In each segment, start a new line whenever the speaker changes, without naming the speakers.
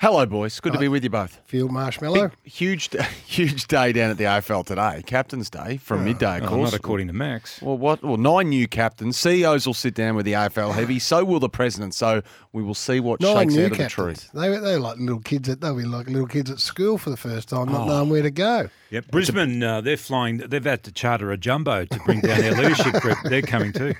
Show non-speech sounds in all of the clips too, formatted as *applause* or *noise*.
Hello, boys. Good to be with you both.
Field Marshmallow.
Huge, *laughs* huge day down at the AFL today. Captain's Day from midday, of
Oh,
course.
not according to Max.
well, what? Well, nine new captains. CEOs will sit down with the AFL heavy. So will the president. So we will see what
Nine
shakes
new
out of the tree.
captains. They were, they were like little kids. At, they were like little kids at school for the first time,
Oh.
not knowing where to go. *laughs*
Yep. Brisbane, uh, they're flying. They've had to charter a jumbo to bring down their leadership
*laughs*
group. They're coming too.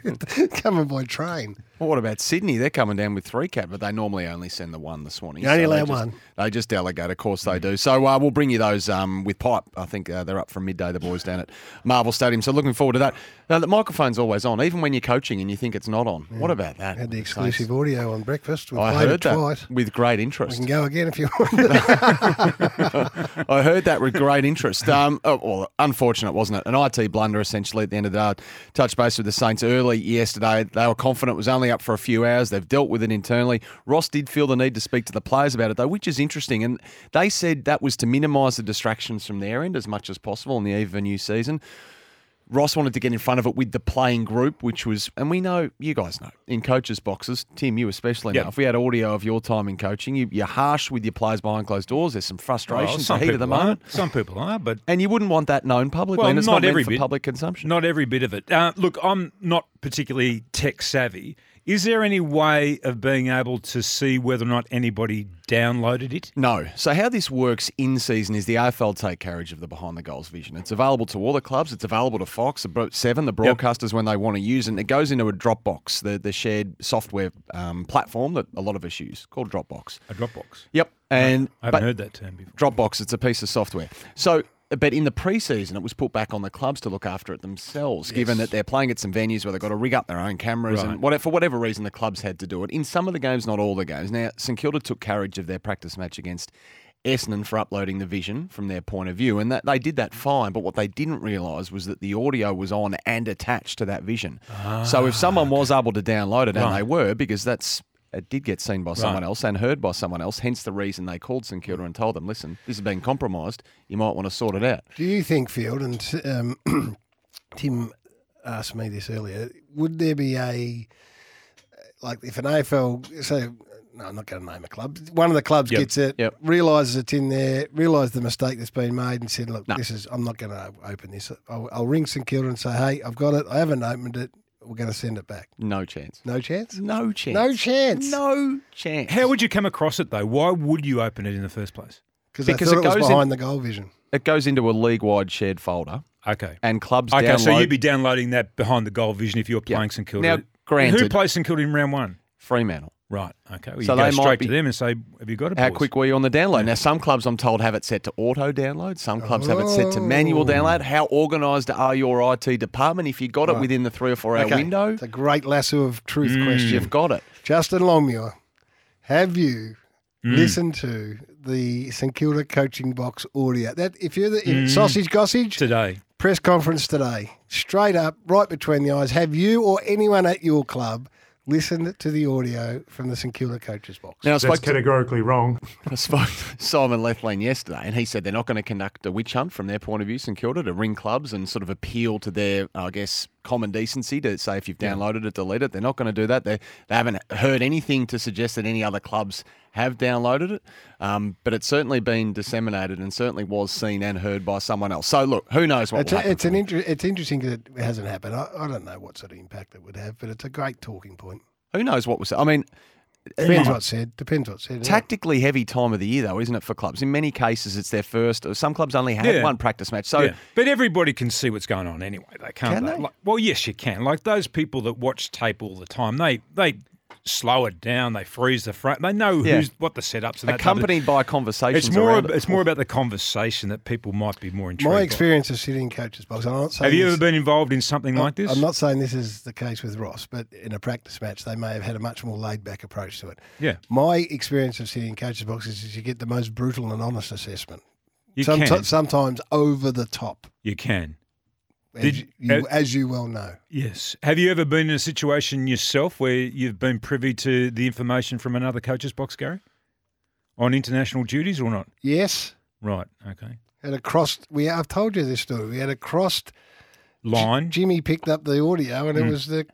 Coming by train.
Well, what about Sydney? They're coming down with three cap, but they normally only send the one this morning.
You only
they
allow
just-
one.
They just delegate, of course they do. So uh, we'll bring you those um, with pipe. I think uh, they're up from midday. The boys down at Marvel Stadium. So looking forward to that. Now the microphone's always on, even when you're coaching and you think it's not on. What about that?
Had the
Thanks.
exclusive audio on breakfast. We
I
played
heard
it
that
twice.
with great
We
interest.
can go again if you *laughs* want.
*laughs* I heard that with great interest. Um, oh, well, unfortunate, wasn't it? An IT blunder, essentially, at the end of the day. I Touched base with the Saints early yesterday. They were confident it was only up for a few hours. They've dealt with it internally. Ross did feel the need to speak to the players about it, though, which is interesting. And they said that was to minimise the distractions from their end as much as possible on the eve of a new season. Ross wanted to get in front of it with the playing group, which was, and we know, you guys know, in coaches' boxes, Tim, you especially
Yeah.
know, if we had audio of your time in coaching, you, you're harsh with your players behind closed doors. There's some
Well, Oh,
frustrations,
some
the heat
people
of the moment.
Are. Some people are, but
And you wouldn't want that known publicly,
Well,
and it's
not
not, meant
every
for
bit.
public consumption.
not every bit of it. Uh, look, I'm not particularly tech savvy. Is there any way of being able to see whether or not anybody downloaded it?
No. So how this works in season is the AFL take carriage of the behind the goals vision. It's available to all the clubs. It's available to Fox, the bro- Seven, the broadcasters when they want to use, it. and it goes into a Dropbox, the the shared software um, platform that a lot of us use, called Dropbox.
A Dropbox.
Yep. And
I haven't
but-
heard that term before.
Dropbox, it's a piece of software. So, but in the preseason, it was put back on the clubs to look after it themselves, given that they're playing at some venues where they've got to rig up their own cameras. And what, for whatever reason, the clubs had to do it. In some of the games, not all the games. Now, St Kilda took carriage of their practice match against Essendon for uploading the vision from their point of view. And that, they did that fine, but what they didn't realise was that the audio was on and attached to that vision. so if someone was able to download it, and they were, because that's it did get seen by someone else and heard by someone else, hence the reason they called St Kilda and told them, listen, this has been compromised. You might want to sort it out.
Do you think, Field, and um, *clears throat* Tim asked me this earlier, would there be a, like if an AFL, so, no, I'm not going to name a club, one of the clubs gets it,
yep.
realises it's in there, realises the mistake that's been made and said, look, this is, I'm not going to open this. I'll, I'll ring St Kilda and say, hey, I've got it, I haven't opened it, we're going to send it back.
No chance.
No chance?
No chance.
No chance.
No chance.
How would you come across it though? Why would you open it in the first place?
Because they
Because
thought
it
it, was
goes in-
behind the goal vision.
it goes into a league-wide shared folder,
Okay.
and clubs
Okay, so
download
you'd be downloading that behind the goal vision if you were
Yeah.
playing St Kilda.
Now,
who
granted-
plays St Kilda in round one?
Fremantle.
Right. Okay. Well,
So
you go
they might
straight
be-
to them and say, "Have you got it?"
How
boys?"
quick were you on the download? Now, some clubs, I'm told, have it set to auto download. Some clubs have it set to
Oh.
manual download. How organised are your IT department? If you got it within the three or four hour window, Mm.
It's a great lasso of truth question.
you've got it.
Justin Longmuir, have you
Mm.
listened to the St Kilda coaching box audio? That if you're the
Mm.
if sausage gossage
today?
press conference today, straight up, right between the eyes, have you or anyone at your club listened to the audio from the St Kilda coaches box?
Now, I spoke
That's
to
categorically wrong.
*laughs* I spoke to Simon Lethlean yesterday, and he said they're not going to conduct a witch hunt from their point of view, St Kilda, to ring clubs and sort of appeal to their, I guess, common decency to say if you've downloaded it, delete it. They're not going to do that. They, they haven't heard anything to suggest that any other clubs have downloaded it, um, but it's certainly been disseminated and certainly was seen and heard by someone else. So, look, who knows what
It's,
will
a,
happen
it's
from
an
it.
inter- it's interesting that it hasn't happened. I, I don't know what sort of impact it would have, but it's a great talking point.
Who knows what was. I mean,
Depends what's said. Depends what's said. yeah.
Tactically heavy time of the year, though, isn't it, for clubs? In many cases, it's their first. Some clubs only had
Yeah.
one practice match. So,
yeah. But everybody can see what's going on anyway. They can't.
Can they?
Like, well, yes, you can. Like those people that watch tape all the time, they they slow it down. They freeze the front. They know
Yeah.
who's what the setups and that type of-
Accompanied by conversations.
It's more.
around
ab-
it.
It's more about the conversation that people might be more intrigued.
My
by.
experience of sitting in coaches' box, I'm not saying
Have you
this-
ever been involved in something like this?
I'm not saying this is the case with Ross, but in a practice match, they may have had a much more laid back approach to it.
Yeah.
My experience of sitting in coaches' boxes is you get the most brutal and honest assessment.
You
Someti-
can.
Sometimes over the top,
You can.
as,
Did-
you,
uh,
as you well know.
Yes. Have you ever been in a situation yourself where you've been privy to the information from another coach's box, Gary, on international duties or not?
Yes.
Right. Okay.
Had a crossed, we, I've told you this story. We had a crossed,
Line.
Jimmy picked up the audio and
Hmm.
it was the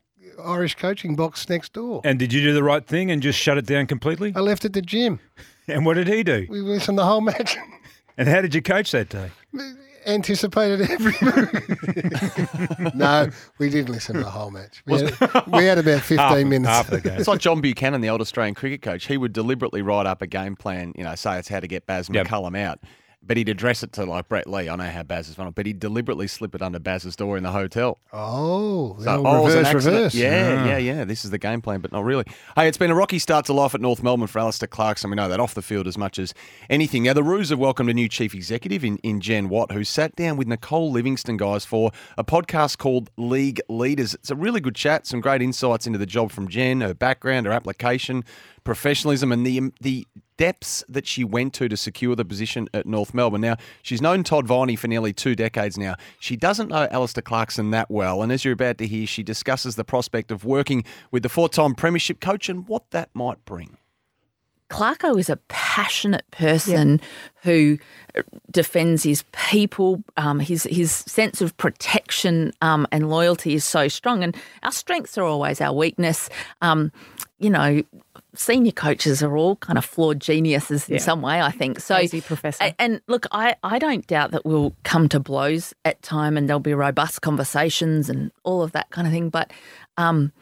Irish coaching box next door.
And did you do the right thing and just shut it down completely?
I left at the gym.
And what did he do?
We listened the whole match. *laughs*
And how did you coach that day?
anticipated every
*laughs*
move. no, we didn't listen to the whole match. We, had, we had about 15 minutes.
Half the game.
It's like John Buchanan, the old Australian cricket coach. He would deliberately write up a game plan, you know, say it's how to get Baz
Yep.
McCullum out. But he'd address it to like Brett Lee. I know how Baz is one, but he'd deliberately slip it under Baz's door in the hotel.
*laughs* Oh, the
So,
old
oh, it was an
reverse,
accident.
reverse.
Yeah, yeah, yeah. This is the game plan, but not really. Hey, it's been a rocky start to life at North Melbourne for Alistair Clarkson. We know that off the field as much as anything. Now, the Roos have welcomed a new chief executive in, in Jen Watt, who sat down with Nicole Livingston, guys, for a podcast called League Leaders. It's a really good chat, some great insights into the job from Jen, her background, her application, professionalism, and the, um, the depths that she went to to secure the position at North Melbourne. Now, she's known Todd Viney for nearly two decades now. She doesn't know Alistair Clarkson that well, and as you're about to hear, she discusses the prospect of working with the four time Premiership coach and what that might bring.
Clarko is a passionate person who defends his people. Um, his his sense of protection um, and loyalty is so strong, and our strengths are always our weakness. Um, you know, senior coaches are all kind of flawed geniuses in some way. I think so.
Crazy professor.
A- And look, I, I don't doubt that we'll come to blows at time, and there'll be robust conversations and all of that kind of thing. But um,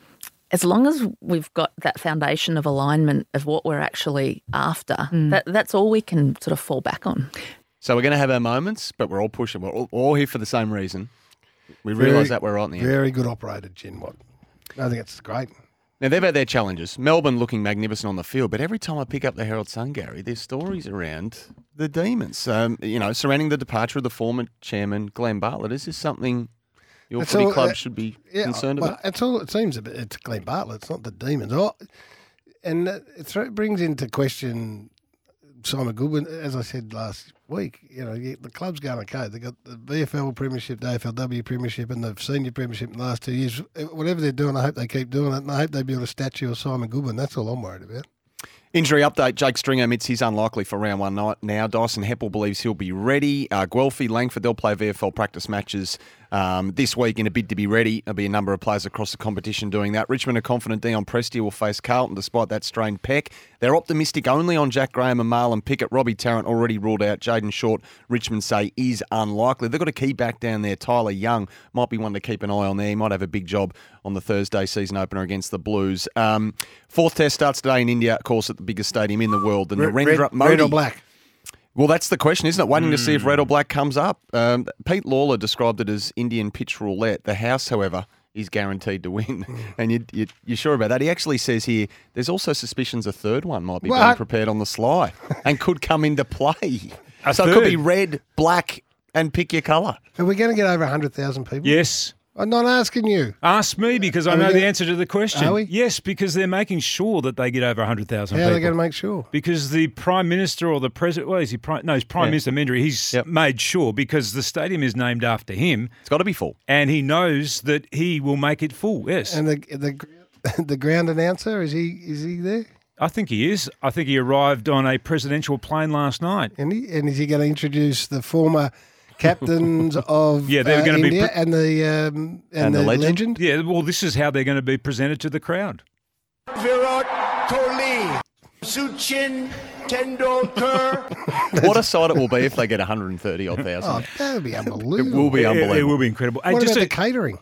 as long as we've got that foundation of alignment of what we're actually after, that, that's all we can sort of fall back on.
So we're going to have our moments, but we're all pushing. We're all, all here for the same reason. We realise that we're right in the end.
Very good operator, Jin Watt. I think it's great.
Now, they've had their challenges. Melbourne looking magnificent on the field, but every time I pick up the Herald Sun, Gary, there's stories around the demons. Um, you know, surrounding the departure of the former chairman, Glenn Bartlett. Is this something your
That's
footy
all,
club
uh,
should be
Yeah,
concerned
well,
about?
It's all it seems a bit. It's Glenn Bartlett. It's not the demons. Oh, and uh, it thro- brings into question Simon Goodwin. As I said last week, you know you- the club's going okay. They got the VFL Premiership, the AFLW Premiership, and the Senior Premiership in the last two years. Uh, Whatever they're doing, I hope they keep doing it, and I hope they build a statue of Simon Goodwin. That's all I'm worried about.
Injury update Jake Stringer admits he's unlikely for round one night now. Dyson Heppel believes he'll be ready. Uh, Guelphy, Langford, they'll play VFL practice matches um, this week in a bid to be ready. There'll be a number of players across the competition doing that. Richmond are confident Dion Prestia will face Carlton despite that strained pec. They're optimistic only on Jack Graham and Marlon Pickett. Robbie Tarrant already ruled out. Jaden Short, Richmond say is unlikely. They've got a key back down there. Tyler Young might be one to keep an eye on there. He might have a big job on the Thursday season opener against the Blues. Um, fourth test starts today in India, of course, at the biggest stadium in the world, the Narendra
red,
Modi.
red or black.
Well, that's the question, isn't it? Waiting to see if
Hmm.
red or black comes up. Um, Pete Lawler described it as Indian pitch roulette. The house, however, is guaranteed to win,
Hmm.
*laughs* and you, you, you're sure about that. He actually says here there's also suspicions a third one might be being
What?
prepared on the sly and could come into play.
A
so it could be
third?
red, black, and pick your colour.
Are we going to get over hundred thousand people?
Yes.
I'm not asking you.
Ask me because I
Are we
know the
gonna-
answer to the question.
Are we?
Yes, because they're making sure that they get over 100,000
How
people.
are they going to make sure?
because the prime minister or the president, well, is he prime? No, he's prime minister Mendry. He's
Yep.
made sure because the stadium is named after him,
It's got to
*laughs*
be full.
and he knows that he will make it full. Yes,
And the the *laughs* the ground announcer is he is he there?
I think he is. I think he arrived on a presidential plane last night.
And, he, and is he going to introduce the former
*laughs*
captains of
Yeah, they're
uh,
gonna be
India
pre-
and the um, and,
And the
the,
legend?
legend?
Yeah, well, this is how they're going to be presented to the crowd.
Virat Kohli, Suchin Tendulkar.
What a sight it will be if they get 130 odd
Oh,
thousand.
that
*laughs*
would be
It
unbelievable.
will be
Oh, It-
unbelievable.
It, will be incredible. Hey,
What
just
about
a-
the catering?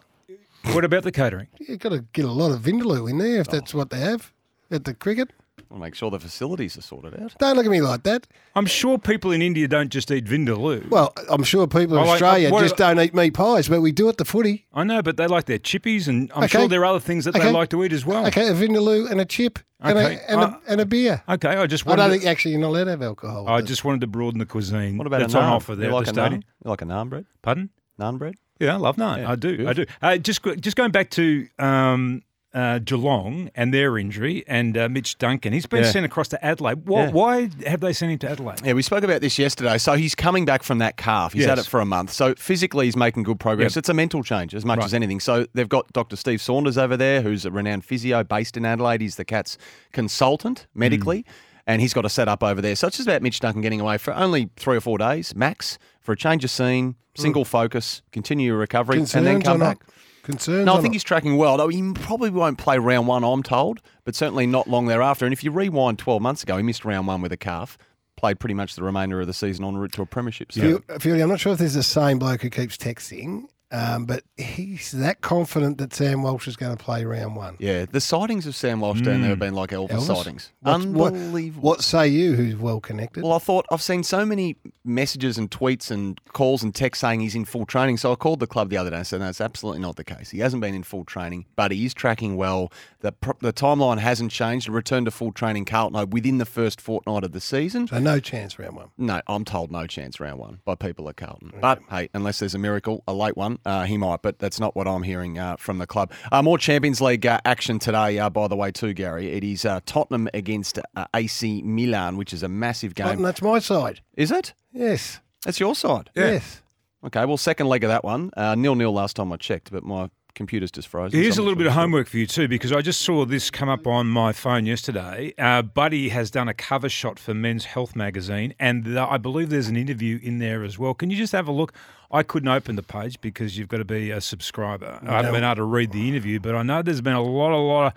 what about the catering?
You've got to get a lot of vindaloo in there if that's what they have at the cricket.
I'll make sure the facilities are sorted out.
Don't look at me like that.
I'm sure people in India don't just eat vindaloo.
Well, I'm sure people in
Oh, wait,
Australia
what-
just don't eat meat pies, but we do at the footy.
I know, but they like their chippies, and I'm
Okay.
sure there are other things that
Okay.
they like to eat as well.
Okay, a vindaloo and a chip and,
Okay.
a, and,
Uh,
a, and a beer.
Okay, I just
I
wanted.
don't
to,
think actually you're not allowed to have alcohol.
I just wanted to broaden the cuisine.
What about
that's
a naan?
on offer there
you
at
like
the
a
stadium?
naan? You like a naan bread?
Pardon?
Naan bread?
Yeah, I love naan. I do. I do. Uh, just go- just going back to um, uh, Geelong and their injury, and uh, Mitch Duncan. He's been
Yeah.
sent across to Adelaide. Why,
Yeah.
why have they sent him to Adelaide?
Yeah, we spoke about this yesterday. So he's coming back from that calf. He's had
Yes.
it for a month. So physically, he's making good progress.
Yep.
It's a mental change as much
Right.
as anything. So they've got Dr. Steve Saunders over there, who's a renowned physio based in Adelaide. He's the Cats consultant medically, and he's got a set up over there. So it's just about Mitch Duncan getting away for only three or four days max for a change of scene, single focus, continue your recovery,
Concerns
and then come
or not?
back.
Concerns
No,
or
I think
not?
he's tracking well. Though he probably won't play round one, I'm told, but certainly not long thereafter. And if you rewind 12 months ago, he missed round one with a calf, played pretty much the remainder of the season en route to a premiership. So
Fu- Fury, I'm not sure if there's the same bloke who keeps texting, um, but he's that confident that Sam Walsh is going to play round one.
yeah, the sightings of Sam Walsh down there have been like Elvis,
Elvis?
sightings.
What's- what-
Unbelievable.
What say you, who's well connected?
well, I thought I've seen so many messages and tweets and calls and texts saying he's in full training. So I called the club the other day and said, no, it's absolutely not the case. He hasn't been in full training, but he is tracking well. The, pro- the timeline hasn't changed. A return to full training, Carlton, are within the first fortnight of the season.
so no chance round one.
No, I'm told no chance round one by people at Carlton.
Mm.
But hey, unless there's a miracle, a late one, uh, he might. But that's not what I'm hearing uh, from the club. Uh, more Champions League uh, action today, uh, by the way, too, Gary. It is uh, Tottenham against uh, AC Milan, which is a massive game.
Cotton, that's my side.
Is it?
Yes.
That's your side.
Yes.
Okay. Well, second leg of that one, uh, nil nil last time I checked, but my computer's just frozen.
Here's
so
a
I'm not
little bit
sure.
of homework for you too, because I just saw this come up on my phone yesterday. Uh, Buddy has done a cover shot for Men's Health magazine, and th I believe there's an interview in there as well. Can you just have a look? I couldn't open the page because you've got to be a subscriber. I haven't been able to read the interview, but I know there's been a lot, a lot,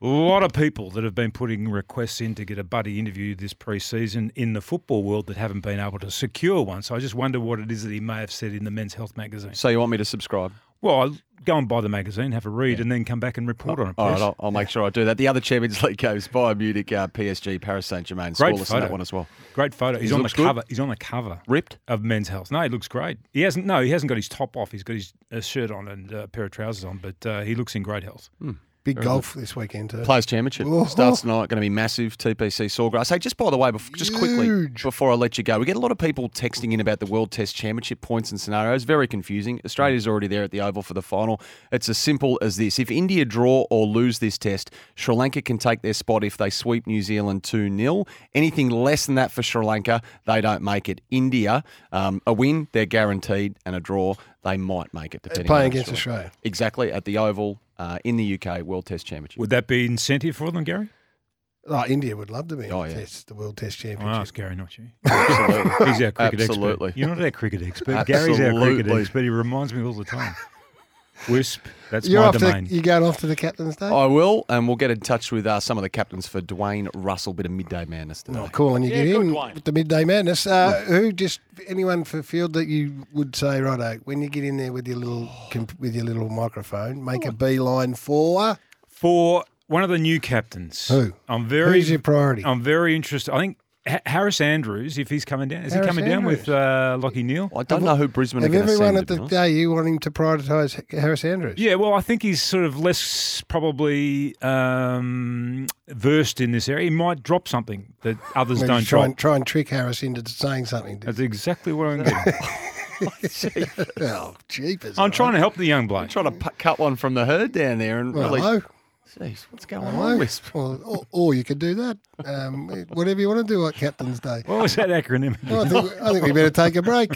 a lot of people that have been putting requests in to get a Buddy interview this pre-season in the football world that haven't been able to secure one. So I just wonder what it is that he may have said in the Men's Health magazine.
So you want me to subscribe?
Well, I'll go and buy the magazine, have a read, and then come back and report on it.
Oh, All right,
please.
I'll, I'll make sure I do that. The other Champions League goes Bayern Munich, uh, PSG, Paris Saint Germain.
Great
Scoreless in that
photo.
one as well.
Great photo. He's on the
looks good.
cover. He's on the cover
Ripped.
of Men's Health. No, he looks great. He hasn't. No, he hasn't got his top off. He's got his uh, shirt on and uh, a pair of trousers on, but uh, he looks in great health.
Mm.
Big golf this weekend too.
Players Championship
Oh.
starts tonight. Going to be massive. TPC Sawgrass. Hey, just by the way, bef- just quickly
Huge.
before I let you go, we get a lot of people texting in about the World Test Championship points and scenarios. Very confusing. Australia's already there at the Oval for the final. It's as simple as this: if India draw or lose this test, Sri Lanka can take their spot if they sweep New Zealand two 0 Anything less than that for Sri Lanka, they don't make it. India, um, a win, they're guaranteed, and a draw, they might make it. Depending
Playing
on
against
Australia.
Australia.
Exactly at the Oval uh, in the UK World Test Championship.
Would that be incentive for them, Gary?
Oh, India would love to be in
Oh,
the,
yeah.
test, the World Test
I'll
Championship.
ask Gary, not
*laughs*
you.
Absolutely.
He's our cricket
Absolutely.
expert. You're not our cricket expert. Gary's our cricket
Absolutely.
expert. He reminds me all the
*laughs*
time. Wisp. That's
You're
my
off to,
domain.
you're going off to the captain's day.
I will, and we'll get in touch with uh, some of the captains for Dwayne Russell. Bit of midday madness today.
Not calling you get in with the midday madness. Uh, who just anyone for field that you would say righto when you get in there with your little comp- with your little microphone, make a beeline for
for one of the new captains.
Who?
I'm very.
Who's your priority?
I'm very interested. I think Ha- Harris Andrews, if he's coming down, is
Harris
he coming down with uh, Lockie Neal?
I don't know who Brisbane are
Have
going to
everyone
send.
at
to be
the
honest.
day you want him to prioritise Harris Andrews.
Yeah, well, I think he's sort of less probably um, versed in this area. He might drop something that others
Maybe
don't
try
drop.
and try and trick Harris into saying something. *laughs*
That's exactly what I'm getting.
oh, jeepers!
I'm trying to help the young bloke.
Trying to pu- cut one from the herd down there, and
Well,
really,
hello,
jeez, what's going
hello.
on? Wisp?
Well, or, or you could do that. Um, whatever you want to do at Captain's Day.
What was that acronym?
Oh, Well, I, think, I think we better take a break.